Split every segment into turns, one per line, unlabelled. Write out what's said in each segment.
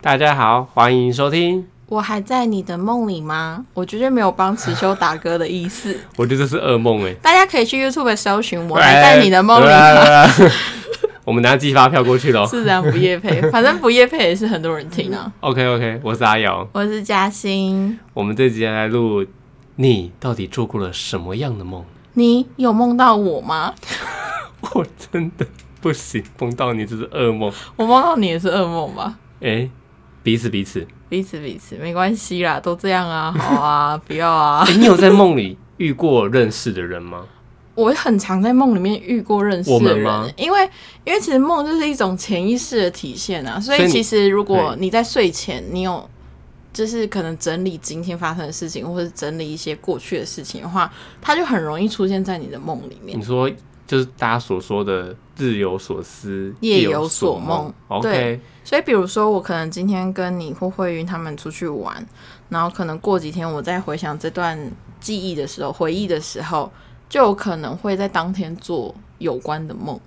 大家好，欢迎收听。
我还在你的梦里吗？我绝对没有帮池修打歌的意思。
我觉得这是噩梦哎、
大家可以去 YouTube 搜寻“我
欸。
还在你的梦里
来
吗
来来 我们拿寄发票过去喽”。。
自然不夜 配，反正不夜配也是很多人听啊。
OK OK，我是阿瑶。
我是嘉欣，
我们这集来录，你到底做过了什么样的梦？
你有梦到我吗？
我真的不行，梦到你这是噩梦。
我梦到你也是噩梦吧？
哎、彼此彼此。
彼此彼此没关系啦，都这样啊，好啊，不要啊。
欸你有在梦里遇过认识的人 吗？
我很常在梦里面遇过认识
我
的
们吗
人，因为因为其实梦就是一种潜意识的体现啊，
所
所
以
以
你
其实如果你在睡前你有就是可能整理今天发生的事情，或是整理一些过去的事情的话，它就很容易出现在你的梦里面
你。说就是大家所说的日有所思，
夜
有
有所
梦
梦。
OK，
对所以比如说我可能今天跟你或慧云他们出去玩，然后可能过几天我在回想这段记忆的时候，回忆的时候，就有可能会在当天做有关的梦。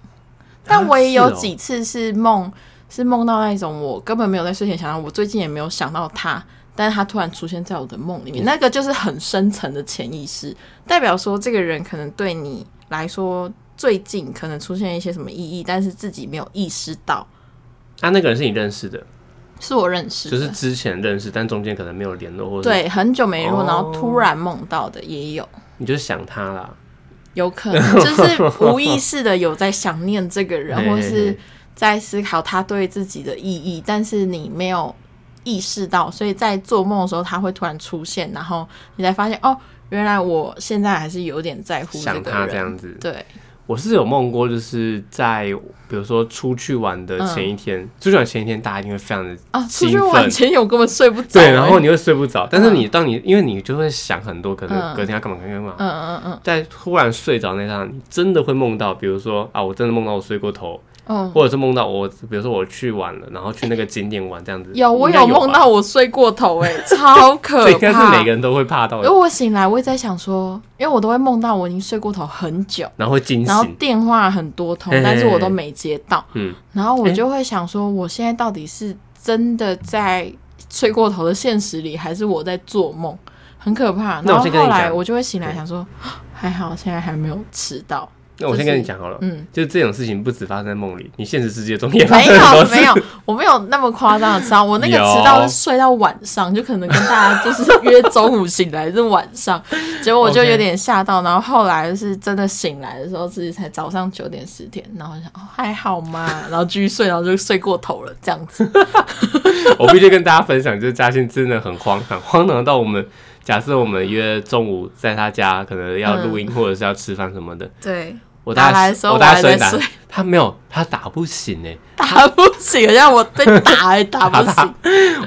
但我也有
是哦
几次是梦，是梦到那种我根本没有在睡前想到，我最近也没有想到他，但是他突然出现在我的梦
嗯
里面，那个就是很深层的潜意识，代表说这个人可能对你来说最近可能出现一些什么意义，但是自己没有意识到，
啊那、那个人是你认识的，
是我认识的，
就是之前认识，但中间可能没有联络，或者
对，很久没联络，
哦
然后突然梦到的也有，
你就想他啦。
有可能就是无意识的有在想念这个人，
嘿嘿
或
嘿
是在思考他对自己的意义，但是你没有意识到，所以在做梦的时候他会突然出现，然后你才发现哦，原来我现在还是有点在乎这
想
个
他
人，
这样子。
对，
我是有梦过，就是在比如说出去玩的
嗯
前一天，出去玩前一天大家一定会非常的
啊，出
兴
去玩
奋。
前有根本睡不着、
对，
欸
然后你会睡不着，但是你当你因为你就会想很多，可能隔天要干嘛干嘛干嘛，
嗯嗯嗯
在突然睡着那一刹那，你真的会梦到，比如说啊，我真的梦到我睡过头，
嗯。
或者是梦到我，比如说我去玩了，然后去那个景点玩这样子。
有，我
应该
有啊
有
梦
吧，
到我睡过头、欸，哎，超可怕！
这应该是每个人都会怕到
因为
的，
我醒来，我也在想说，因为我都会梦到我已经睡过头很久，
然后会惊
然后
醒。
电话很多通
嘿嘿，嘿
但是我都没接到，
嗯，
然后我就会想说，我现在到底是真的在睡过头的现实里，还是我在做梦？很可怕。
那
然
我
后
先跟你
后来
讲
我就会醒来想说， 还好现在还没有迟到。
那我先跟你讲好了，
嗯，
就是这种事情不止发生在梦里，你现实世界中也发
没
生很多
有
次。
没有，我没有那么夸张的迟到，我那个
有
迟到是睡到晚上，就可能跟大家就是约中午醒来是晚 上，结果我就
OK
有点吓到，然后后来就是真的醒来的时候是才早上九点十点，然后我就想哦还好 嘛，然后继续睡，然后就睡过头了这样子，
我必须跟大家分享，就是嘉欣真的很荒唐，荒唐到我们假设我们约中午在他家，可能要录音或者是要吃饭什么的，
对，
我
嗯
大
打来
概
的时候
我
我
大概
还
随
在
便打
睡，
他没有，他打不醒哎、
打不醒，让我被打还打不醒，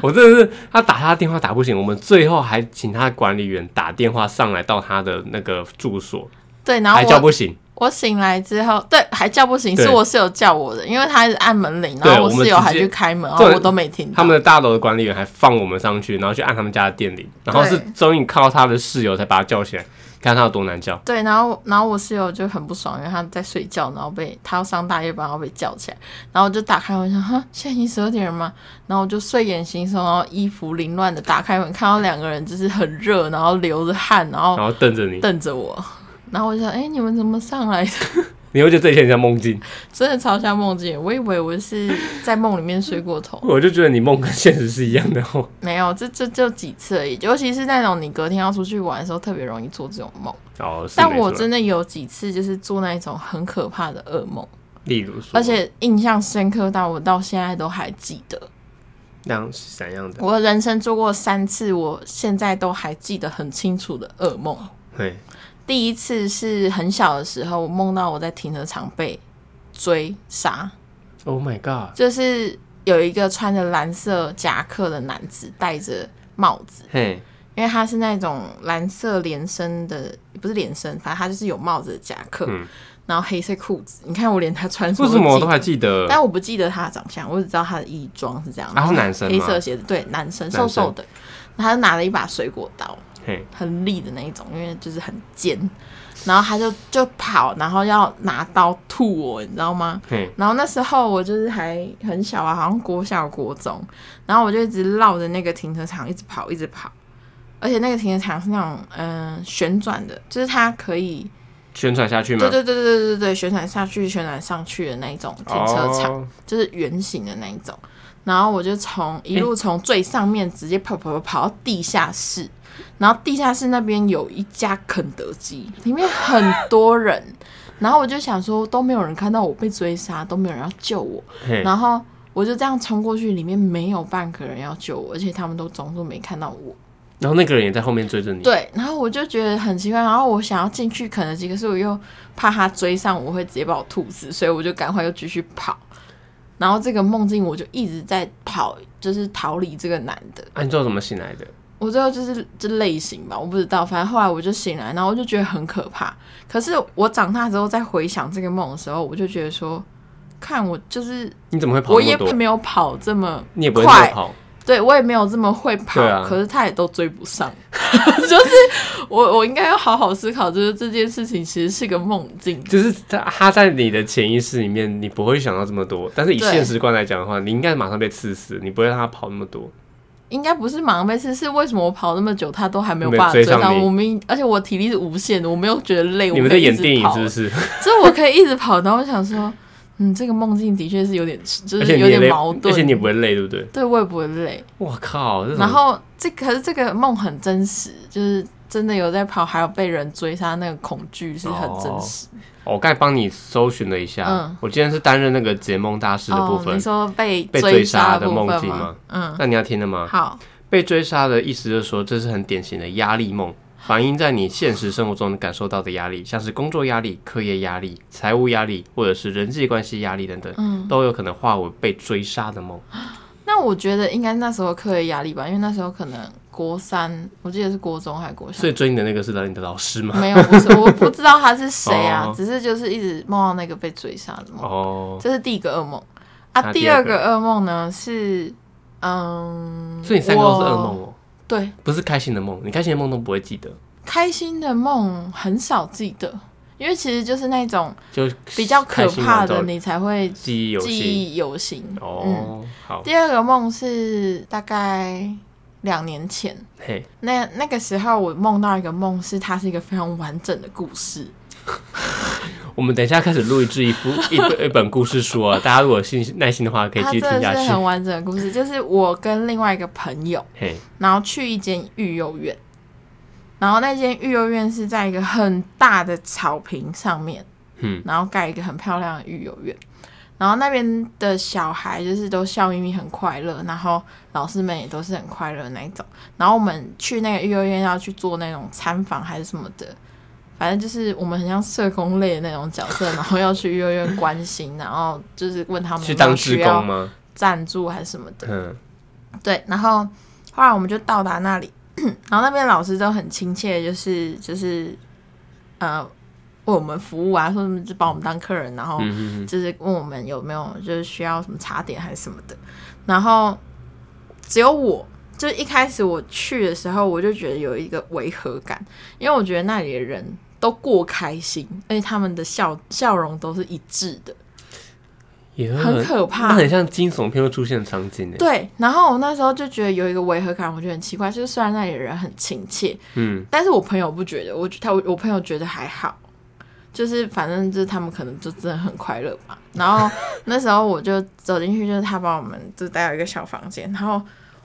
我真的是他打他电话打不醒，我们最后还请他管理员打电话上来到他的那个住所，
对，然后
还叫
我
不醒。
我醒来之后，对，还叫不醒，
对
是我室友叫我的，因为他一直按门铃，
对
然后
我们
室友还
直接
去开门，然
对
后我都没听到，
他们的大楼的管理员还放我们上去，然后去按他们家的电铃，然后是
对
终于看到他的室友才把他叫起来，看他有多难叫。
对，然后然后我室友就很不爽，因为他在睡觉，然后被他要上大夜班，然后被叫起来，然后我就打开我想，哈，现在已经十二点了吗？然后我就睡眼惺忪，然后衣服凌乱的打开门，看到两个人就是很热，然后流着汗，然后
然后瞪着你，
瞪着我，然后我就想，哎、你们怎么上来的？
你会觉得这一切很像梦境。
真的超像梦境，我以为我是在梦里面睡过头，
我就觉得你梦跟现实是一样的哦。
没有，这这就几次而已，尤其是那种你隔天要出去玩的时候，特别容易做这种梦。
哦，是
但
没
我
错
真的有几次就是做那种很可怕的噩梦。
例如说，
而且印象深刻到我到现在都还记得。
那样是怎样的？
我人生做过三次，我现在都还记得很清楚的噩梦。
对，
第一次是很小的时候，我梦到我在停车场被追杀，
Oh my god！
就是有一个穿着蓝色夹克的男子戴着帽子，
嘿，
因为他是那种蓝色连身的，不是连身，反正他就是有帽子的夹克，
嗯
然后黑色裤子。你看我连他穿什
为
么
什么我都
记得
还记得？
但我不记得他的长相，我只知道他的衣装是这样。
啊他是男生吗
黑色鞋子，对，男生，
男生
瘦瘦的，然后他就拿了一把水果刀，
嘿，
很利的那一种，因为就是很尖。然后他就就跑，然后要拿刀吐我，你知道吗？
嘿，
然后那时候我就是还很小啊，好像国小国中，然后我就一直绕着那个停车场一直跑，一直跑。而且那个停车场是那种嗯、呃旋转的，就是它可以
宣传下去吗
对？对对对对对对，旋转下去、旋转上去的那一种停车场，
哦
就是圆形的那一种。然后我就从一路从最上面直接跑跑跑跑到地下室，然后地下室那边有一家肯德基，里面很多人。 然后我就想说都没有人看到我被追杀，都没有人要救我。
嘿，
然后我就这样冲过去，里面没有半个人要救我，而且他们都装作没看到我。
然后那个人也在后面追着你，
对，然后我就觉得很奇怪，然后我想要进去肯德基，可是我又怕他追上我会直接把我吐死，所以我就赶快又继续跑。然后这个梦境我就一直在跑，就是逃离这个男的。
啊，你知道怎么醒来的？
我最后就是就类型吧，我不知道，反正后来我就醒来，然后我就觉得很可怕。可是我长大之后再回想这个梦的时候，我就觉得说，看我就是
你怎么会跑
我
那
也
么多？
没有跑这么
你也不会这么
快
跑，
对我也没有这么会跑，
对啊
可是他也都追不上。 就是我，我应该要好好思考，就是这件事情其实是个梦境。
就是他他在你的潜意识里面，你不会想到这么多。但是以
对
现实观来讲的话，你应该马上被刺死，你不会让他跑那么多。
应该不是马上被吃，是为什么我跑那么久，他都还没有
没有
办法
追
追
上
上
你
我？明，而且我体力是无限的，我没有觉得累。
你
我
们
可
在
以一
演
直
电影
跑
是不是？
所以我可以一直跑。然后我想说，嗯，这个梦境的确是有点， 就
而且
是有
你也
点
累
矛，
而
盾。
且你也不会累，对不对？
对我也不会累。
我靠，这种
然后这可是这个梦很真实，就是真的有在跑，还有被人追杀，那个恐惧是很真
哦
实。
哦我刚才帮你搜寻了一下，
嗯
我今天是担任那个解梦大师的部
哦、
分。
你说被
被追
追
杀的
部
梦
分
境吗啊
吗？嗯，
那你要听的吗？
好，
被追杀的意思就是说，这是很典型的压力 梦，反映在你现实生活中感受到的压力，像是工作压力、课业压力、财务压力，或者是人际关系压力等等，
嗯
都有可能化为被追杀的梦。
那我觉得应该那时候课业压力吧，因为那时候可能国三，我记得是国中还是国小
所，以追你的那个是你的老师吗？
没有，不是， 我不知道他是谁啊，
哦
只是就是一直梦到那个被追杀的梦，
哦，
这是第一个噩梦啊。
那
第
第二
二
个
个噩梦呢是，嗯，
所以你三个都是噩梦
我，
哦，
对，
不是开心的梦，你开心的梦都不会记得，
开心的梦很少记得，因为其实就是那种
就
比较可
开心
怕
完之
的，
后
你才会
记忆犹
记
新。
忆犹新。嗯。
哦，好，
第二个梦是大概两年前，
嘿，
那那个时候我梦到一个梦，是它是一个非常完整的故事。
我们等一下开始录一制一部一 本一本故事书啊，大家如果有信耐心的话，可以
它
继续
啊真
听
的
下
是
去
很。完整的故事，就是我跟另外一个朋友，
嘿，
然后去一间育幼院，然后那间育幼院是在一个很大的草坪上面，
嗯，
然后盖一个很漂亮的育幼院。然后那边的小孩就是都笑眯眯，很快乐，然后老师们也都是很快乐的那一种。然后我们去那个育幼院要去做那种参访还是什么的，反正就是我们很像社工类的那种角色，然后要去育幼院关心，然后就是问他们
去
有没有
当志
需
工
要
吗？
赞助还是什么的。
嗯，
对，然后后来我们就到达那里， 然后那边老师都很亲切，就是就是呃为我们服务啊，说什么就把我们当客人，然后
嗯
就是问我们有没有就是需要什么茶点还是什么的，然后只有我。就是一开始我去的时候，我就觉得有一个违和感，因为我觉得那里的人都过开心，而且他们的笑笑容都是一致的，
也
很可怕
那很像惊悚片会出现的场景呢。欸
对，然后我那时候就觉得有一个违和感，我觉得很奇怪。就是虽然那里的人很亲切，
嗯，
但是我朋友不觉得，我他我朋友觉得还好，就是反正就是他们可能就真的很快乐吧。然后那时候我就走进去，就是他把我们就带到一个小房间，然后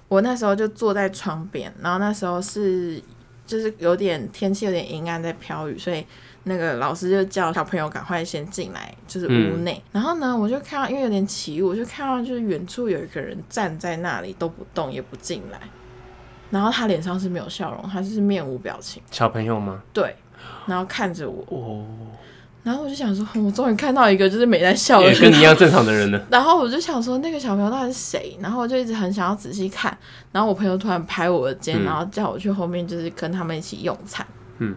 我那时候就坐在窗边，然后那时候是就是有点天气有点阴暗，在飘雨，所以那个老师就叫小朋友赶快先进来，就是屋内。然后呢，我就看到因为有点起雾，我就看到就是远处有一个人站在那里都不动也不进来。然后他脸上是没有笑容，他就是面无表情，
小朋友吗？
对，然后看着我，
哦，
然后我就想说，我终于看到一个就是没在笑的
也跟
人。
你一样正常的人呢。
然后我就想说，那个小朋友到底是谁？然后我就一直很想要仔细看。然后我朋友突然拍我的肩，
嗯
然后叫我去后面，就是跟他们一起用餐。
嗯。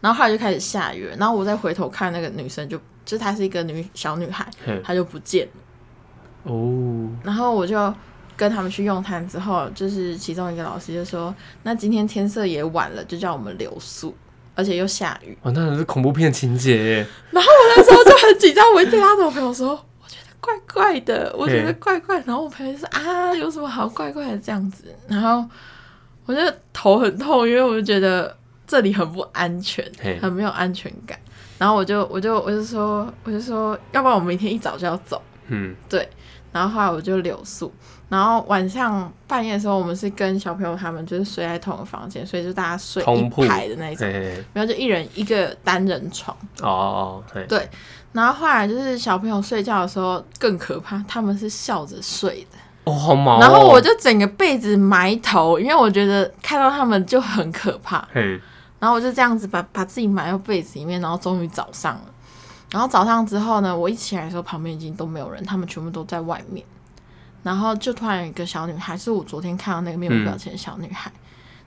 然后后来就开始下雨了，然后我再回头看那个女生就，就是
嗯
她是一个女小女孩，
嘿，
她就不见了。
哦，
然后我就跟他们去用餐之后，就是其中一个老师就说：“那今天天色也晚了，就叫我们留宿，而且又下雨。
哇，哦那是恐怖片情节耶。”
那时候就很紧张，我一直拉着我朋友说：“我觉得怪怪的，我觉得怪怪。”然后我朋友就说：“啊，有什么好怪怪的这样子？”然后我就头很痛，因为我就觉得这里很不安全
嘿，
很没有安全感。然后我就我就我就说我就说，要不然我明天一早就要走。
嗯，
然后后来我就留宿，然后晚上半夜的时候，我们是跟小朋友他们就是睡在同一个房间，所以就大家睡
同
一
铺
排的那一种，
嘿嘿嘿，
然后就一人一个单人床。
哦哦，哦嘿，
然后后来就是小朋友睡觉的时候更可怕，他们是笑着睡的。
哦，好毛哦。
然后我就整个被子埋头，因为我觉得看到他们就很可怕。
嘿，
然后我就这样子把把自己埋到被子里面，然后终于早上了。然后早上之后呢，我一起来的时候，旁边已经都没有人，他们全部都在外面。然后就突然有一个小女孩，是我昨天看到那个面无表情的小女孩，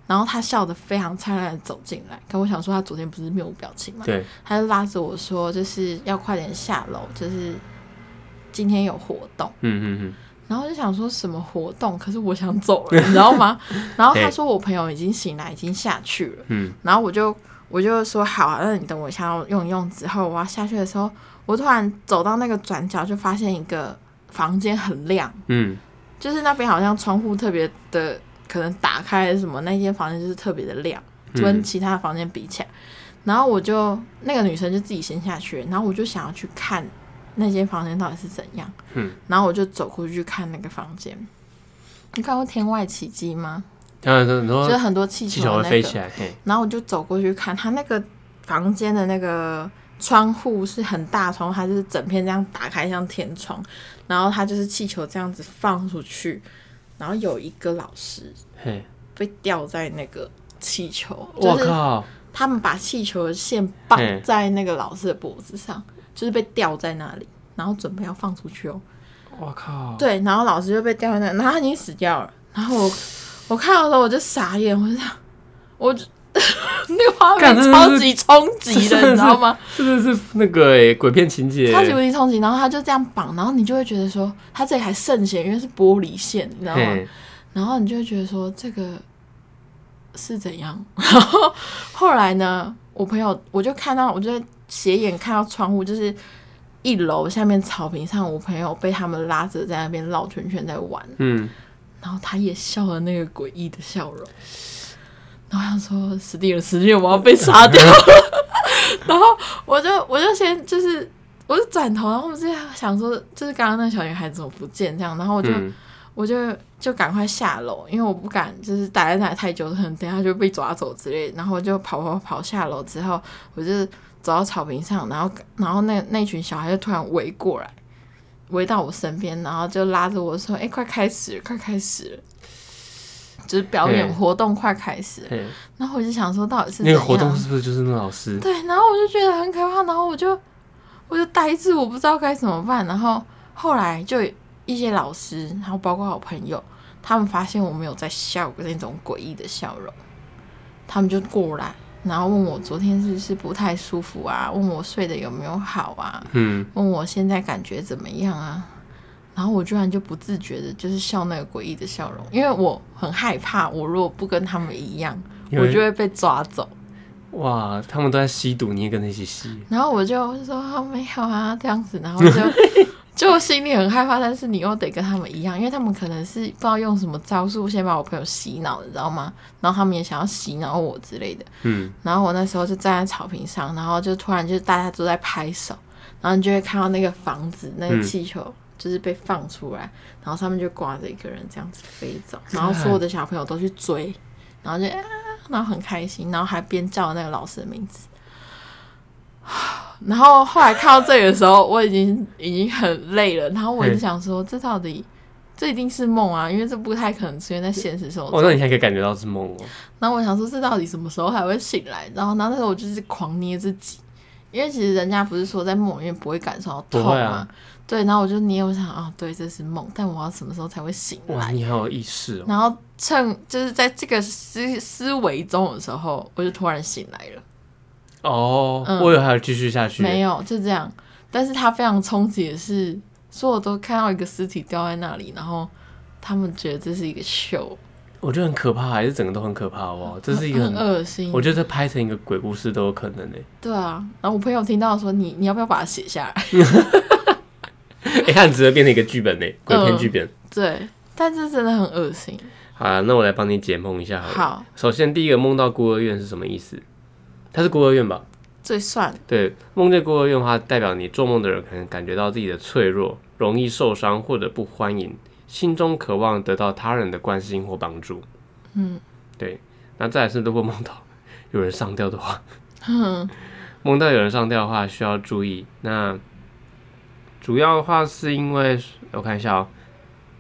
然后她笑得非常灿烂的走进来。可我想说，她昨天不是面无表情吗？
对，
他就拉着我说，就是要快点下楼，就是今天有活动。
嗯嗯
然后我就想说什么活动，可是我想走了，你知道吗？ 然后他说我朋友已经醒来，已经下去了。
嗯
然后我就我就说好、啊，那你等我一下，我用一用之后，我要下去的时候，我突然走到那个转角，就发现一个房间很亮，
嗯嗯，
就是那边好像窗户特别的可能打开还是什么，那间房间就是特别的亮。
嗯
跟其他的房间比起来。然后我就那个女生就自己先下去，然后我就想要去看那间房间到底是怎样。
嗯，
然后我就走过去去看那个房间。你看过《天外奇迹》吗？
当然说你
就是
说
很多气
气
球
球会
的那
飞
个
起来，嘿，
然后我就走过去看，他那个房间的那个窗户是很大的窗户，它就是整片这样打开，像天窗，然后它就是气球这样子放出去，然后有一个老师
嘿，
被吊在那个气球，就
我
是
靠，
他们把气球的线绑
嗯
在那个老师的脖子上，就是被吊在那里，然后准备要放出去哦。
我靠，
对，然后老师就被吊在那，然后他已经死掉了。然后我我看到的时候我就傻眼，我就想，我就 那个画
干这
面
是
超级冲击
这
的，
是
你知道吗？
这真的是那个哎，鬼片情节，
超级无敌冲击。然后他就这样绑，然后你就会觉得说，他这里还渗血，因为是玻璃线，你知道吗？
嘿，
然后你就会觉得说这个是怎样？ 然后后来呢，我朋友我就看到，我就斜眼看到窗户，就是一楼下面草坪上，我朋友被他们拉着在那边绕圈圈在玩，
嗯，
然后他也笑了那个诡异的笑容。然后他说：“死定了，死定了，我要被杀掉 了。”然后我就我就先就是我就转头，然后我就想说，就是刚刚那个小女孩怎么不见这样？然后我就、
嗯
我就就赶快下楼，因为我不敢就是待在那里太久，可能等一下就被抓走之类的。然后我就跑跑跑下楼之后，我就走到草坪上，然后然后那那群小孩就突然围过来，围到我身边，然后就拉着我说：“哎、快开始了，快开始了！”就是表演
嗯
活动快开始了，
嘿，
然后我就想说到底是
那个
怎
活动
样
是不是就是那老师？
对，然后我就觉得很可怕，然后我就我就呆滞，我不知道该怎么办。然后后来就有一些老师，然后包括我朋友，他们发现我没有在笑那种诡异的笑容，他们就过来，然后问我昨天是不是不太舒服啊？问我睡得有没有好啊？
嗯，
问我现在感觉怎么样啊？然后我居然就不自觉的，就是笑那个诡异的笑容，因为我很害怕，我如果不跟他们一样，
因
我
为
就会被抓走。
哇，他们都在吸毒，你也跟着一起吸，
然后我就我就说啊没有啊这样子，然后就就心里很害怕，但是你又得跟他们一样，因为他们可能是不知道用什么招数先把我朋友洗脑，你知道吗？然后他们也想要洗脑我之类的。
嗯，
然后我那时候就站在草坪上，然后就突然就大家都在拍手，然后你就会看到那个房子那
嗯
个气球。就是被放出来，然后上面就挂着一个人这样子飞走，然后所有的小朋友都去追，然后就啊，然后很开心，然后还边叫那个老师的名字。然后后来看到这里的时候，我已经已经很累了，然后我就想说，这到底这一定是梦啊，因为这不太可能出现在现实生活中
哦，。那你还可以感觉到是梦哦，
然后我想说，这到底什么时候还会醒来？然后，然后那时候我就是狂捏自己，因为其实人家不是说在梦里面不会感受到痛
不会
吗？
啊
对，然后我就捏，我想啊，对，这是梦，但我要什么时候才会醒
哇，
来？
你好有意识哦，
然后趁就是在这个思思维中的时候，我就突然醒来了。
哦，
嗯
我以为还要继续下去，
没有，就这样。但是它非常冲击的是，所有都看到一个尸体掉在那里，然后他们觉得这是一个秀，
我觉得很可怕，还是整个都很可怕，好不好？这是一个
很
很，
恶心。
我觉得这拍成一个鬼故事都有可能呢、欸
对啊，然后我朋友听到说你你要不要把它写下来？
欸。 哎、它很值得变成一个剧本呢、鬼片剧本。
对，但这真的很恶心。
好啦，那我来帮你解梦一下好了。
好，
首先第一个梦到孤儿院是什么意思？它是孤儿院吧？
最算
对，梦见孤儿院的话，代表你做梦的人可能感觉到自己的脆弱，容易受伤或者不欢迎，心中渴望得到他人的关心或帮助。
嗯，
对。那再来是，如果梦到有人上吊的话，梦到有人上吊的话需要注意。那主要的话是因为我看一下哦，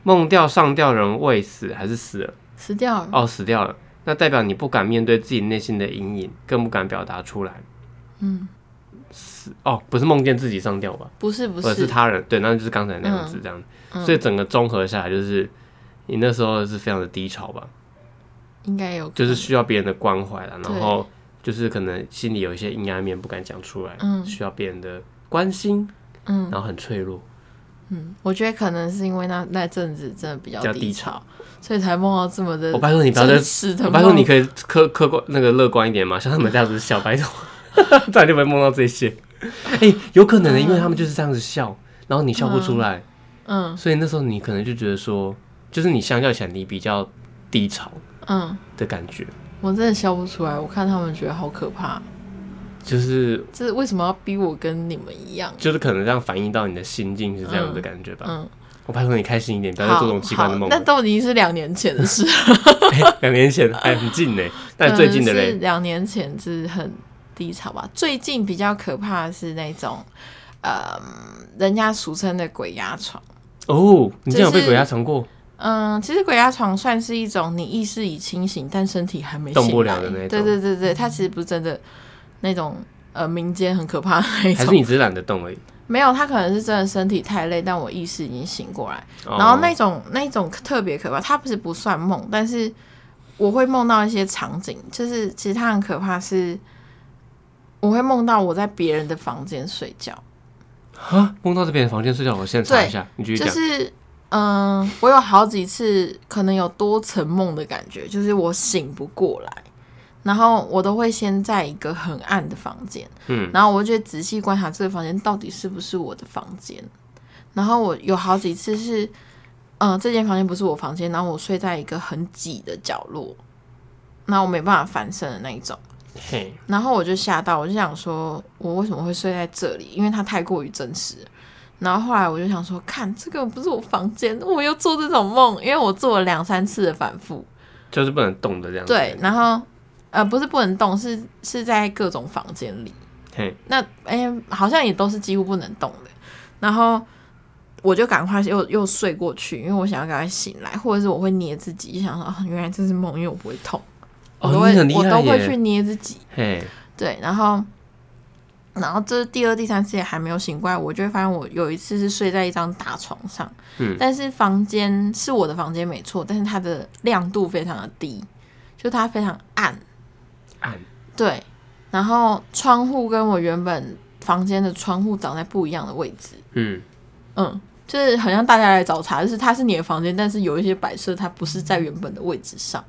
梦掉上吊人未死还是死了？
死掉了。
哦，死掉了，那代表你不敢面对自己内心的阴影，更不敢表达出来。
嗯，
死哦，不是梦见自己上吊吧？
不是不
或者是
是，
他人，对，那就是刚才那样子这样。
嗯
所以整个综合下来，就是你那时候是非常的低潮吧，
应该有
就是需要别人的关怀了，
对
然后就是可能心里有一些阴暗面不敢讲出来，
嗯
需要别人的关心，
嗯
然后很脆弱。
嗯，我觉得可能是因为那那阵子真的比较
比较低
低潮，所以才梦到这么的
我拜托你不要再
呃真实的
我
梦。
拜托你可以客客观那个乐观一点嘛，像他们这样子笑， 拜托，这样就不会梦到这些。哎、有可能的，因为他们就是这样子笑，然后你笑不出来，
嗯
所以那时候你可能就觉得说，就是你相较起来你比较低潮
嗯，
的感觉，
我真的笑不出来，我看他们觉得好可怕。
就是
这是为什么要逼我跟你们一样？
就是可能这样反映到你的心境是这样的感觉吧。
嗯，
我拜托你开心一点，不要再啊
好
做这种奇怪的梦
好那
了。
都已经是两年前的事，
哎两年前哎很近呢，但最近的
嗯可能是
嘞，
两年前是很低潮吧。最近比较可怕的是那种，呃，人家俗称的鬼压床。
哦，你竟然有被
就是
鬼压床过？
嗯，其实鬼压床算是一种你意识已清醒，但身体还没
动不
醒来
了的那种嗯
对对对对，它其实不是真的那种呃民间很可怕的那
还是
种。
你只是懒得动而已？
没有，它可能是真的身体太累，但我意识已经醒过来。
哦
然后那种那种特别可怕，它不是不算梦，但是我会梦到一些场景，就是其实它很可怕是，我会梦到我在别人的房间睡觉，
啊，梦到这边的房间睡觉，我现在查一下，你继续
就
讲。
是嗯，我有好几次可能有多层梦的感觉，就是我醒不过来，然后我都会先在一个很暗的房间，
嗯，
然后我就仔细观察这个房间到底是不是我的房间。然后我有好几次是，嗯、这间房间不是我房间，然后我睡在一个很挤的角落，那我没办法翻身的那一种。
嘿，
然后我就吓到，我就想说，我为什么会睡在这里？因为它太过于真实了。然后后来我就想说，看这个不是我房间，我又做这种梦，因为我做了两三次的反复。
就是不能动的这样子。
对，，然后呃，不是不能动，是是在各种房间里。
嘿，
那哎、好像也都是几乎不能动的。然后我就赶快又又睡过去，因为我想要赶快醒来，或者是我会捏自己，就想说啊，原来这是梦，因为我不会痛，我都
哦，
会
你很厉
我
害
都会去
耶。
捏自己。
嘿，
对，然后然后这是第二、第三次也还没有醒过来，我就会发现我有一次是睡在一张大床上，
嗯
但是房间是我的房间没错，但是它的亮度非常的低，就它非常暗，
暗，
对，然后窗户跟我原本房间的窗户长在不一样的位置，
嗯，
嗯，就是很像大家来找茬，就是它是你的房间，但是有一些摆设它不是在原本的位置上，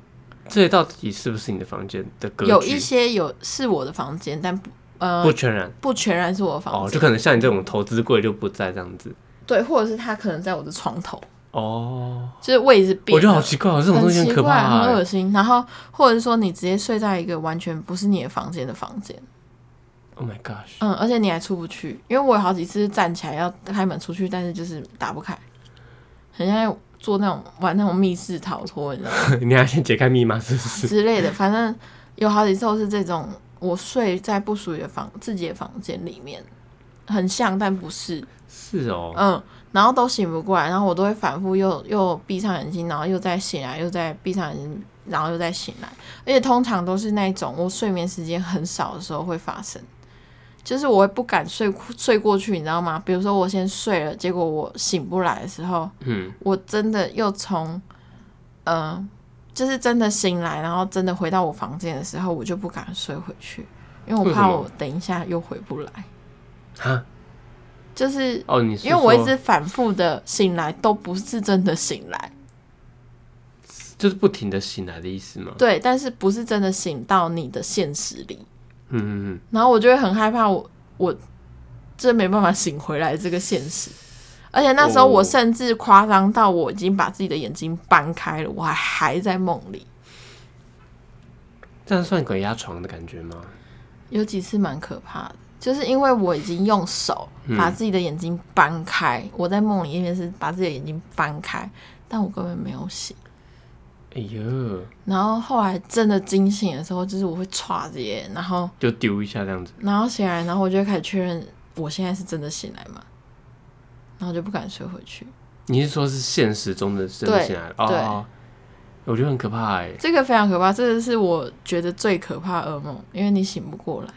这到底是不是你的房间的格局？
有一些有是我的房间，但不呃
不全然
不全然是我的房
哦，
间，
就可能像你这种投资柜就不在这样子。
对，或者是它可能在我的床头，
哦，
就是位置变了，
我觉得好奇怪，哦，这种
很
东西
奇
很可
怪，
怕啊
很。恶心。然后或者是说你直接睡在一个完全不是你的房间的房间，
Oh my gosh！
嗯，而且你还出不去，因为我有好几次是站起来要开门出去，但是就是打不开，很像做那种玩那种密室逃脱，你知道吗
你还先解开密码是不是？
之类的。反正有好几次都是这种，我睡在不属于的房自己的房间里面，很像但不是，
是哦，
嗯，然后都醒不过来，然后我都会反复又又闭上眼睛，然后又再醒来，又再闭上眼睛，然后又再醒来，而且通常都是那种我睡眠时间很少的时候会发生，就是我会不敢睡睡过去，你知道吗？比如说我先睡了，结果我醒不来的时候，
嗯，
我真的又从，呃，就是真的醒来，然后真的回到我房间的时候，我就不敢睡回去，因为我
为什
怕
么
我等一下又回不来，
哈，
就是
哦，你是
因为我一
说嗯
直反复的醒来，都不是真的醒来，
就是不停的醒来的意思吗？
对，但是不是真的醒到你的现实里。
嗯嗯
然后我就会很害怕我，我真没办法醒回来这个现实。而且那时候我
哦
甚至夸张到我已经把自己的眼睛搬开了，我还还在梦里。
嗯，这样算鬼压床的感觉吗？
有几次蛮可怕的，就是因为我已经用手
嗯
把自己的眼睛搬开，我在梦里一边是把自己的眼睛搬开，但我根本没有醒。
哎呦，
然后后来真的惊醒的时候，就是我会歘着耶，然后
就丢一下这样子。
然后醒来，然后我就会开始确认我现在是真的醒来吗？然后就不敢睡回去。
你是说是现实中的真的
对
醒来了？
对
哦，我觉得很可怕哎。
这个非常可怕，这个是我觉得最可怕的噩梦，因为你醒不过来。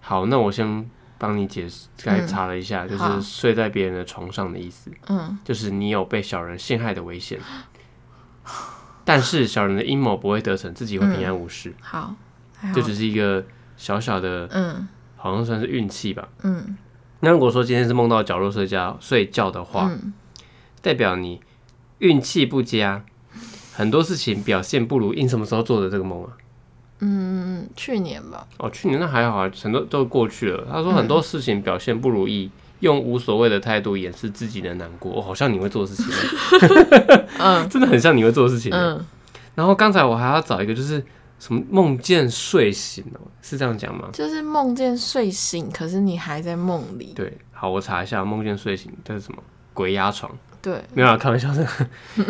好，那我先帮你解释，刚才查了一下，就
嗯好
是睡在别人的床上的意思，
嗯，
就是你有被小人陷害的危险，但是小人的阴谋不会得逞，自己会平安无事。
好，还好
这。只是一个小小的，
嗯
好像算是运气吧。
嗯
那如果说今天是梦到角落睡觉睡觉的话，
嗯，
代表你运气不佳，很多事情表现不如。你什么时候做的这个梦啊？
嗯，去年吧，
哦，去年那还好啊，很多都过去了。
嗯
他说很多事情表现不如意，用无所谓的态度掩饰自己的难过，哦、好像你会做的事 情哦，
嗯
真的很像你会做的事情哦。
嗯，
然后刚才我还要找一个，就是什么梦见睡醒哦，是这样讲吗？
就是梦见睡醒，可是你还在梦里。
对，好，我查一下梦见睡醒这是什么。鬼压床
对，
没有啊，开玩 笑的。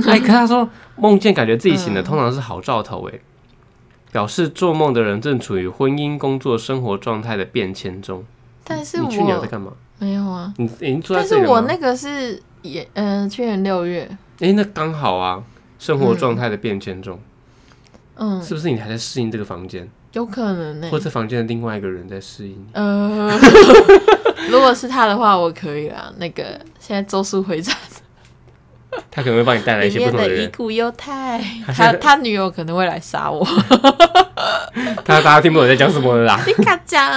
哎，可是他说梦见感觉自己
嗯
醒了，通常是好兆头哎，表示做梦的人正处于婚姻、工作、生活状态的变迁中。
但是
你去年有在
我
干嘛？
没有啊，
你你住在
但
这
是
里了
我
吗
那个是也，嗯，去年六月，
哎、那刚好啊，生活状态的变迁中，
嗯，
是不是你还在适应这个房间，
有可能呢
或。者房间的另外一个人在适应你？
呃， 如果是他的话，我可以啊。那个现在《咒术回战》
他可能会帮你带来一
里
些不
面
同
的
的
伊
人，
古犹太，他他女友可能会来 杀我。
他大家听不懂在讲什么了 啦，
你卡讲，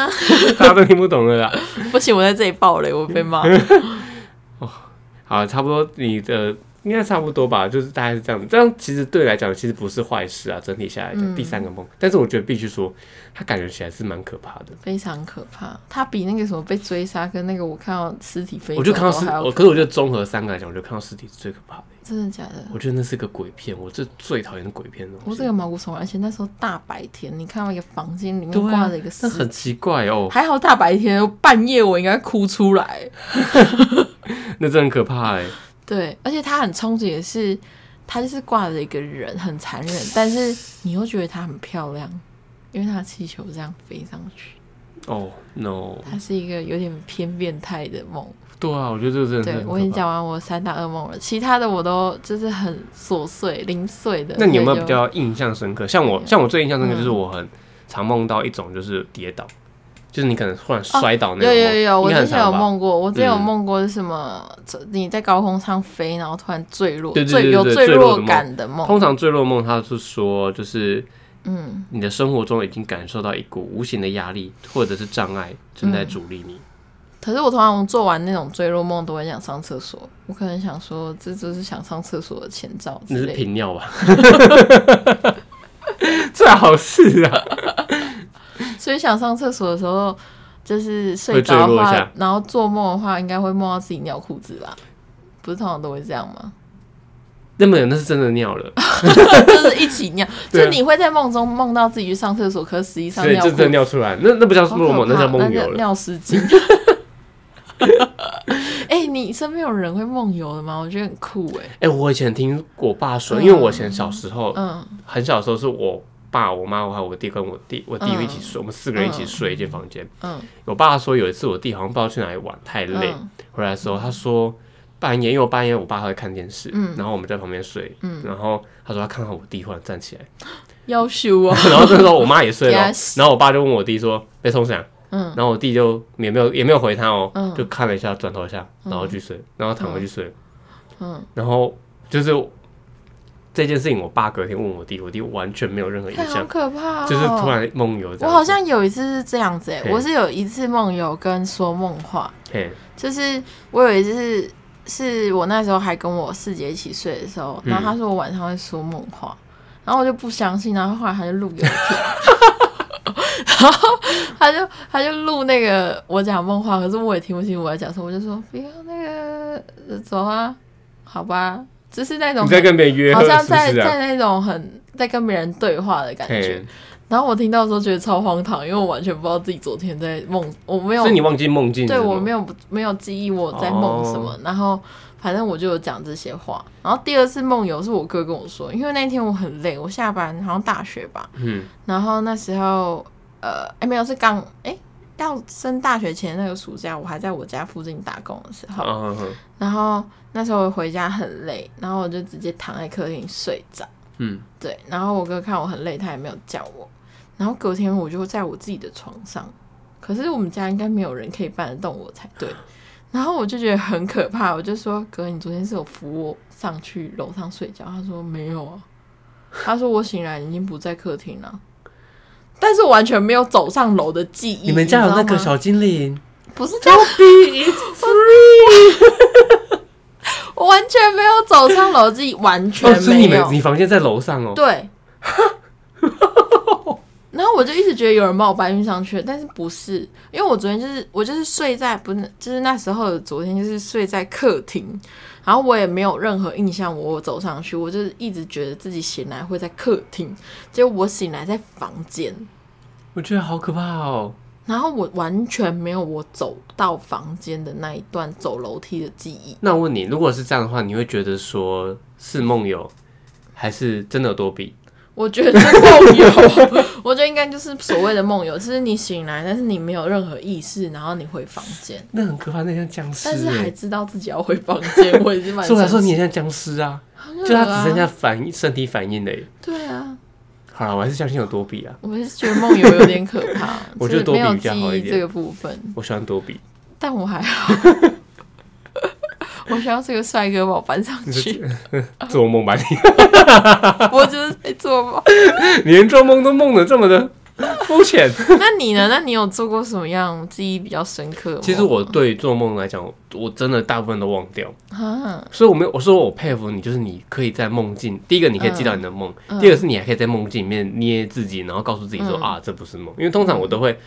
大家都听不懂了啦。
不行，我在这里爆雷，我 被骂。
好，差不多你的呃应该差不多吧，就是大概是这样。这样其实对来讲其实不是坏事啊，整体下来
嗯
的、第三个梦，但是我觉得必须说，他感觉起来是蛮可怕的。
非常可怕，他比那个什么被追杀跟那个我看到尸体飞走
我就看到
都
尸，
还要
我可是我觉得综合三个来讲，我觉得看到尸体是最可怕的。
真的假的？
我觉得那是个鬼片，我这最讨厌的鬼片哦了。
我这个毛骨悚然，而且那时候大白天，你看到一个房间里面
对啊
挂着一个尸
那很
体，
奇怪哦，
还好大白天，半夜我应该哭出来。
那真的很可怕哎、
对，而且他很冲击的是，他就是挂着一个人，很残忍，但是你又觉得她很漂亮，因为她的气球这样飞上去，
哦、n o
它是一个有点偏变态的梦。
对啊，我觉得这个真的是
对
很
我已经
可怕。
讲完我三大噩梦了，其他的我都就是很琐碎、零碎的。
那你有没有比较印象深刻？像我，像我最印象深刻就是
嗯
我很常梦到一种就是跌倒，就是你可能忽然摔倒那
有
种梦。
有有，我
应该
之
很
前
常
有
吧。
梦过，我之前有
嗯
梦过是什么？这你在高空上飞，然后突然坠落，
对对
坠
对
有
对
坠
坠落的
落
梦
感的梦。
通常坠落梦，它是说就是
嗯
你的生活中已经感受到一股无形的压力或者是障碍正在阻力你。
可是我通常做完那种坠落梦，都会想上厕所。我可能想说，这就是想上厕所的前兆
那
之
是
类的。
频尿吧？ 最好是啊，
所以想上厕所的时候，就是
会
睡着
坠
的
落一
话
下，
然后做梦的话，应该会梦到自己尿裤子吧？不是通常都会这样 吗？
那没有，那是真的尿了。
就是一起尿，就
对啊
是你会在梦中梦到自己去上厕所，可是实际上
所以
尿
就
裤
真的
子。
尿出来，那那不叫
好
做梦，
可
那叫
怕
梦游
那
了。
尿失禁。 哎、你身边有人会梦游的吗？我觉得很酷哎、
哎、我以前听我爸说，因为我以前小时候、
嗯
很小的时候，是我爸、我妈、我还有我弟跟我弟，我弟
嗯
一起睡，我们四个人一起睡一间房间。
嗯，
我爸说有一次我弟好像不知道去哪里玩，太累，
嗯
回来的时候他说半夜，因为我半夜我爸会看电视，
嗯
然后我们在旁边睡，然后他说他看到我弟忽然站起来，
要修哦。
然后这时候我妈也睡了 哦，
Yes
然后我爸就问我弟说被冲响，
嗯
然后我弟就也没有也没有回他哦，
嗯
就看了一下，转头一下，然后去睡，然后躺回去睡，
嗯，
然后就是这件事情，我爸隔天问我弟，我弟完全没有任何印
看好
象，
可怕、哦，
就是突。然梦游这样。
我好，像有一次是这样子哎、
嘿
我是有一次梦游跟说梦话，
嘿，
就是我有一次是
嗯
是我那时候还跟我四姐一起睡的时候，然后她说我晚上会说梦话，然后我就不相信，然后后来他就录给我听， 然后他就他就录那个我讲梦话，可是我也听不清我在讲什么，我就说不要那个呃走啊，好吧，就是那种
你在跟别人约
好
会
像
是不
在
是啊？
在那种很在跟别人对话的感觉
嘿。
然后我听到的时候觉得超荒唐，因为我完全不知道自己昨天在梦，我没有
所以你忘记梦哦境是
对
吗？
我没有没有记忆我在梦什么，然后反正我就有讲这些话。然后第二次梦游是我哥跟我说，因为那天我很累，我下班好像大学吧，
嗯，
然后那时候呃，哎、没有是刚哎、要升大学前那个暑假，我还在我家附近打工的时候，
嗯嗯
然后那时候我回家很累，然后我就直接躺在客厅睡着。
嗯
对，然后我哥看我很累，他也没有叫我。然后隔天我就在我自己的床上，可是我们家应该没有人可以搬得动我才对。然后我就觉得很可怕，我就说：“哥，你昨天是有扶我上去楼上睡觉？”他说：“没有啊。”他说：“我醒来已经不在客厅了。”但是完全没有走上楼的记忆。
你们家有
知
那
道
个
吗
小精灵
不是就
？Don't be it free。
我完全没有走上楼，自己完全
哦，所以
没
你
有。
们你房间在楼上哦。
对。 然后我就一直觉得有人把我搬运上去了，但是不是？因为我昨天就是我就是睡在不是就是那时候的昨天就是睡在客厅，然后我也没有任何印象我走上去，我就是一直觉得自己醒来会在客厅，结果我醒来在房间，
我觉得好可怕哦。
然后我完全没有我走到房间的那一段走楼梯的记忆。
那我问你，如果是这样的话，你会觉得说是梦游，还是真的有多比？
我觉得是 梦游，我觉得应该就是所谓的梦游，就是你醒来，但是你没有任何意识，然后你回房间，
那很可怕，那像僵尸、
但是还
欸。
知道自己要回房间，我也是蛮
所以我来说，
生
你
气
也像僵尸啊，
好像
就他
有啊
只剩下反应身体反应而已。
对啊，
好了，我还是相信有多比啊，
我是觉得梦游有点可 怕，
我觉得
就是没有
多比比
记
较好一
忆
点
这个部分，
我喜欢多比。
但我还好， 我需要这个帅哥把我搬上去，
做梦吧你，
我就是在做梦。
你连做梦都梦的这么的肤浅。
那你呢？那你有做过什么样记忆比较深刻的梦？
其实我对做梦来讲，我真的大部分都忘掉，
啊，
所以我没有我说我佩服你，就是你可以在梦境，第一个你可以记到你的梦，第二个是你还可以在梦境里面捏自己，然后告诉自己说、
嗯
啊这不是梦，因为通常我都会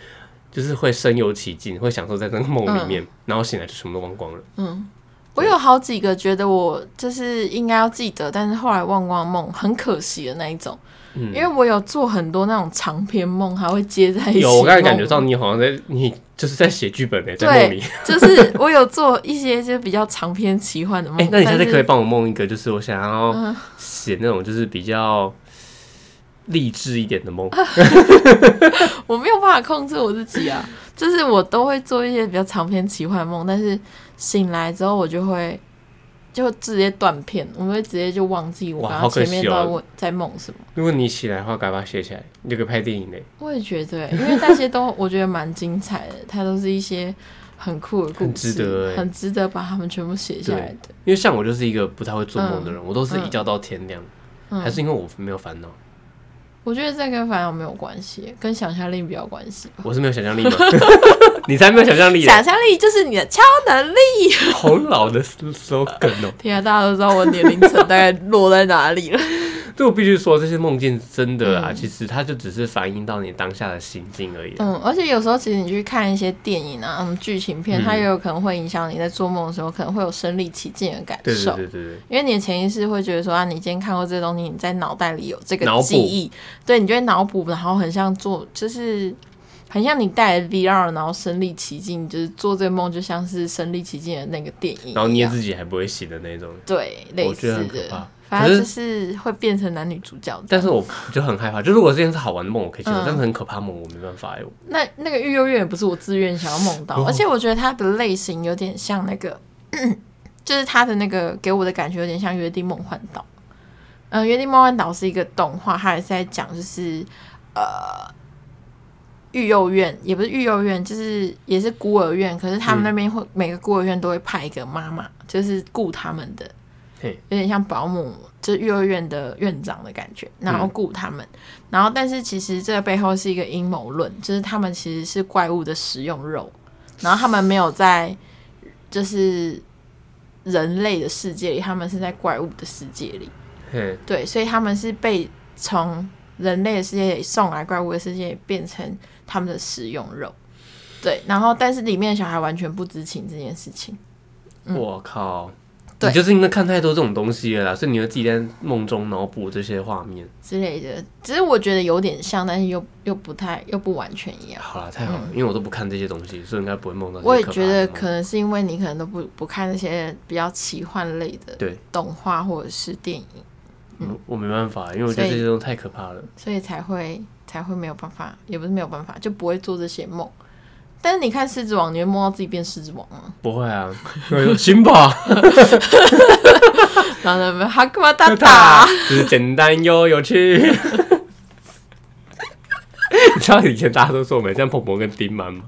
就是会身有其境，会享受在那个梦里面，然后醒来就什么都忘光了。
嗯，我有好几个觉得我就是应该要记得，但是后来忘光梦，很可惜的那一种。
嗯
因为我有做很多那种长篇梦，还会接在一起。
有，我刚才感觉到，你好像在你就是在写剧本呢、欸在梦里。
就是我有做一些就是比较长篇奇幻的梦
哎、。那你下
哦但
次
是
可不可以帮我梦一个，就是我想要
嗯
写那种就是比较励志一点的梦。
啊我没有办法控制我自己啊，就是我都会做一些比较长篇奇幻梦，但是醒来之后我就会。就直接断片，我会直接就忘记我
哇
刚
好
刚
可
前
惜
面
哦
到底在梦什么。
如果你起来的话，赶快把它写起来，你就可以拍电影嘞，
我也觉得欸，因为那 些都我觉得蛮精彩的，它都是一些很酷的故事，
很值得欸
很值得把它们全部写下来的。
因为像我就是一个不太会做梦的人，我都是一觉到天亮，还
嗯，哦
是因为我没有烦恼，
我觉得这跟烦恼没有关系，跟想象力比较有关系吧。
我是没有想象力吗？你才没有想象力嘞，
想象力就是你的超能力。
好老的 slogan 哦、
天啊，大家都知道我年龄层大概落在哪里了。
对我必须说，这些梦境真的啊，其实它就只是反映到你当下的心境而已。
嗯，而且有时候其实你去看一些电影啊、嗯剧情片，它也有可能会影响你在做梦的时候，可能会有身临其境的感
对对
受。
对对对。
因为你的潜意识会觉得说啊，你今天看过这东西，你在脑袋里有这
脑
个
补
记忆，对，你就会脑补，然后很像做，就是很像你戴了 VR，然后身临其境，就是做这个梦，就像是身临其境的那个电影一样，
然后捏自己还不会醒的那种，
对，类
我
似
觉得很可
的
怕，。
反
可，
正就是是会变成男女主角这
但
样。
是我就很害怕，就如果这件是好玩的梦，我可以接受，
嗯
但是很可怕梦，我没办法哎。我
那那个育幼院也不是我自愿想要梦到，
哦
而且我觉得它的类型有点像那个， 就是它的那个给我的感觉有点像《约定梦幻岛》。嗯，《约定梦幻岛》是一个动画，它也是在讲就是呃育幼院，也不是育幼院，就是也是孤儿院，可是他们
嗯
那边会、每个孤儿院都会派一个妈妈，就是雇他们的
嘿，
有点像保姆，就是幼儿园的院长的感觉，然后雇他们，然后但是其实这背后是一个阴谋论，就是他们其实是怪物的食用肉，然后他们没有在就是人类的世界里，他们是在怪物的世界里，
嘿，
对，所以他们是被从人类的世界里送来怪物的世界，变成他们的食用肉。对，然后但是里面的小孩完全不知情这件事情。嗯
我靠！
对
你就是因为看太多这种东西了啦，所以你会自己在梦中脑补这些画面。
之类的，只是我觉得有点像，但是又又不太又不完全一样。
好啦，太好了，因为我都不看这些东西，所以应该不会梦到这
嗯我
些
也
哦可怕的嗯
觉
梦。
得可能是因为你可能都不不看那些比较奇幻类的
对
动画或者是电影，
嗯我没办法，因为我觉得
所以
这些东西太可怕了。
所以才会才会没有办法，也不是没有办法，就不会做这些梦。但是你看《狮子王》，你会梦到自己变狮子王吗？
不会啊，我 说行吧，
然后呢，哈克巴
大
达达，
啊就是简单又有趣。你知道以前大家都说我们像鹏鹏跟丁满吗？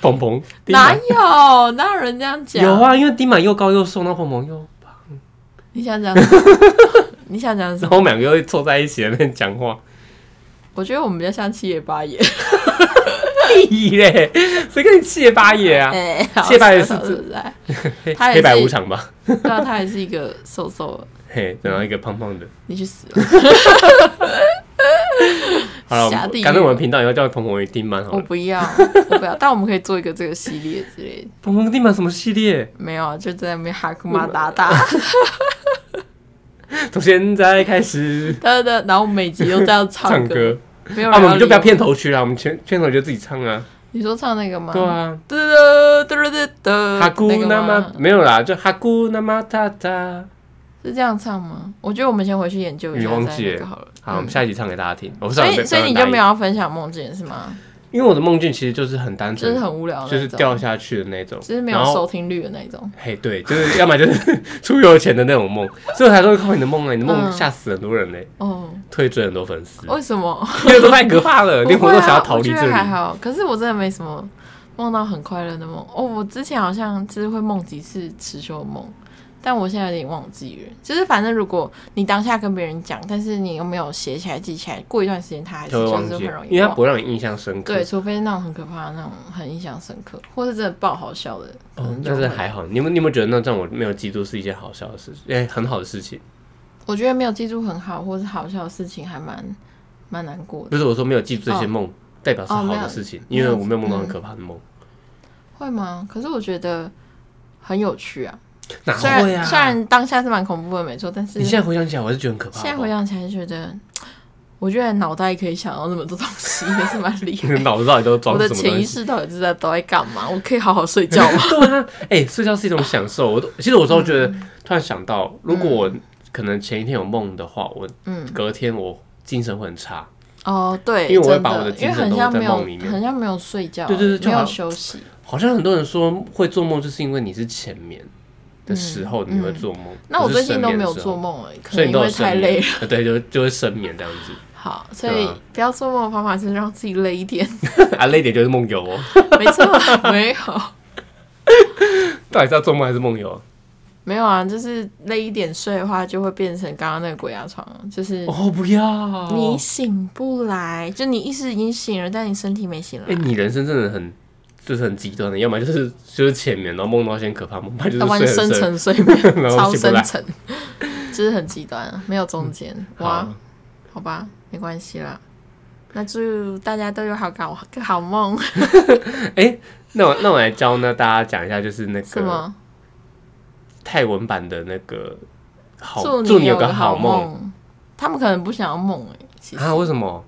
鹏鹏丁
哪
满
有哪有人这样讲？
有，啊，因为丁满又高又瘦，那鹏鹏又，
你想讲什么？ 你想讲什
然
么？
后我们两个又凑在一起在那边讲话，
我觉得我们比较像七爷八爷。
屁嘞，谁跟你七爷八爷啊？
哎、好
七爷八爷是
说
指
实在，
黑
他也
黑白
是
无常吧？
对啊，他也是一个瘦瘦的，
嘿，然后一个胖胖的。
你去死了！
好了，我
下
们
地狱哦
干脆我们频道也要叫鹏鹏与丁满好
我
了。
不要，我不要。但我们可以做一个这个系列之类的。
鹏鹏跟丁满什么系列？
没有啊，就在那边哈库马达 达
从现在开始
哒哒，然后每集都这样唱
唱
歌，
歌。
没有
啊，
人
我们就不要
理
片头曲啦，我们片片头就自己唱啊。
你说唱那个吗？
对，啊，
嘟嘟嘟嘟嘟，
哈姑
那
那
个
么
吗？
没有啦，就哈姑那么哒哒。
是这样唱吗？我觉得我们先回去研究一
你
下
忘
再
记
那
了
个好了。
好，我们
嗯
下一集唱给大家听。我不知
所
道
以所以你
有
就
没有答
没有
应，
要分享梦境是吗？
因为我的梦境其实就是很单
就
纯
是，很无聊的那
就
种，
是掉下去的那种，
就是没有
然后
收听率的那种。
嘿，对，就是要么就是 出游前的那种梦，所以我才说靠你的梦啊，你的梦
嗯
吓死很多人嘞，
哦，
退追很多粉丝，
为什么？
因为都太可怕了，呃连
不
我
会
都
啊，
想要逃离
我
这
觉得还
里。
好，可是我真的没什么梦到很快乐的梦。哦，我之前好像就是会梦几次持久梦，但我现在有点忘记了。就是反正如果你当下跟别人讲，但是你又没有写起来记起来，过一段时间它还是
就会
就
忘
是
记，
很容
因为
易
它
忘
不。会让你印象深刻哦
对，。除非那种很可怕的那种，很印象深刻，或是真的爆好笑的，可
哦
能，嗯就
但是
会
还好，你有没有你有没有觉得那这样我没有嫉妒是一件好笑的事情？哎、很好的事情，
我觉得没有记住很好，或是好笑的事情还蛮蛮难过的。
不是我说没有记住这些梦，代表是
哦
好
没有
的事情，
没
因
有嗯
为我没有梦到很可怕的梦，
会吗？可是我觉得很有趣啊，
哪
虽然
会啊？
虽然当下是蛮恐怖的，没错，但是
你现在回想起来，我还是觉得很可怕。
现在回想起来觉得，我觉得脑袋可以想到那么多东 西，也是蛮厉
你的
害。
脑子到底都
我
装
的
什么
潜
东
意
西？
识到底是在都在干嘛？我可以好好睡觉 吗？
对啊，哎、睡觉是一种享受。我都其实我有时候觉得，
嗯
突然想到，如果我可能前一天有梦的话，我
嗯，
隔天我精神会很差。
哦，对，
因为我会
真
把我的
因
精
为
神
很
都
像
在
没有
梦里面，
很像没有睡觉，
对对对就
没
好
有
像
休息。
好像很多人说会做梦，就是因为你是浅眠的时候你会做梦、
嗯那我
不是
最近
深
都
眠
没
的
有
时候
做梦哎，可
所以你
能因
都有
为太累 了。
了，呃对，就就会深眠这样子。
好，所
对
以
啊
不要做梦的方法是让自己累 一点。
啊，累点就是梦游哦，
没错，没有
到底是要做梦还是梦游？
没有啊，就是累一点睡的话，就会变成刚刚那个鬼压床，就是
哦，不要
嗯你醒不来，就你意识已经醒了，但你身体没醒来
哎、。你人生真的很就是很极端的，要么就是就是浅眠，然后梦到一些可怕梦，要么就
要不
是睡
然
很
深
深，
层睡眠
然后
超
醒不
深
来。
层，就是很极端啊，没有中间。哇
嗯好，，
好吧，没关系啦。那祝大家都有好搞个好梦，
啊那我那我来教呢，大家讲一下，就是那
什
个
么？
泰文版的那个好，
祝
你
有
个
好
梦
梦。他们可能不想要梦哎、其实、
啊？为什么？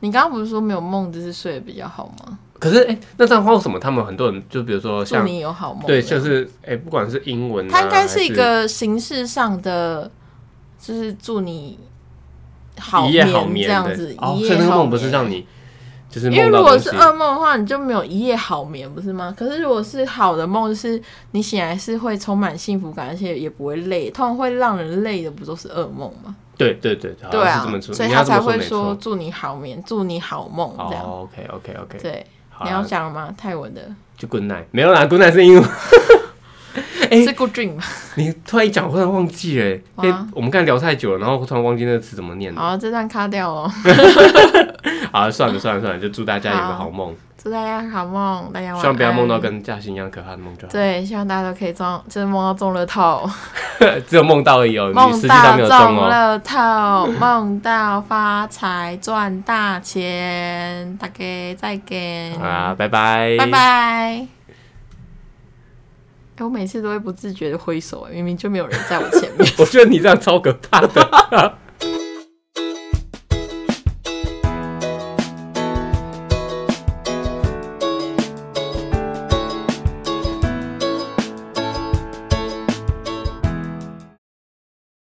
你刚刚不是说没有梦就是睡得比较好吗？
可是哎、那这样的话，为什么他们很多人就比如说
祝
像
你有好梦。
对，就是哎、不管是英文、啊，
它应该是一
还
个形式上的，就是祝你好
一夜好眠
眠这
的
样子。
哦，
一
所以
夜
那个
好
梦不是
眠，
让你就是
因为
梦
如
到
果
东
是
西，
噩梦的话，你就没有一夜好眠，不是吗？可是如果是好的梦，就是你醒来是会充满幸福感，而且也不会累。通常会让人累的，不都是噩梦吗？
对对对，好像
对
是
啊
这么，说，
所以
你
他
要这么
才会
没
说
错。
祝你好眠，祝你好梦这样。
哦，OK OK OK，
对，
好啊
你
啦
要讲了吗？泰文的
就 Good night，没有啦，Good night 是英文。哎、哎
是 good dream 吗？
你突然一讲，我突然忘记了、欸。
哇
哎、我们刚才聊太久了，然后我突然忘记那个词怎么念了。
好，这段卡掉哦了，
好，算了算了算了，就祝大家有个好梦，
祝大家好梦，大家晚安。
希望不要梦到跟嘉欣一样可怕的梦就好。
对，希望大家都可以中，就是梦到中乐透，
只有梦到而已哦， 你
梦
实际上
到
没有
中
中哦。
乐透， 梦到发财赚大钱，大家再见，
好啦，拜拜，
拜拜。哎、我每次都会不自觉的挥手、哎明明就没有人在我前面。
我觉得你这样超可怕的。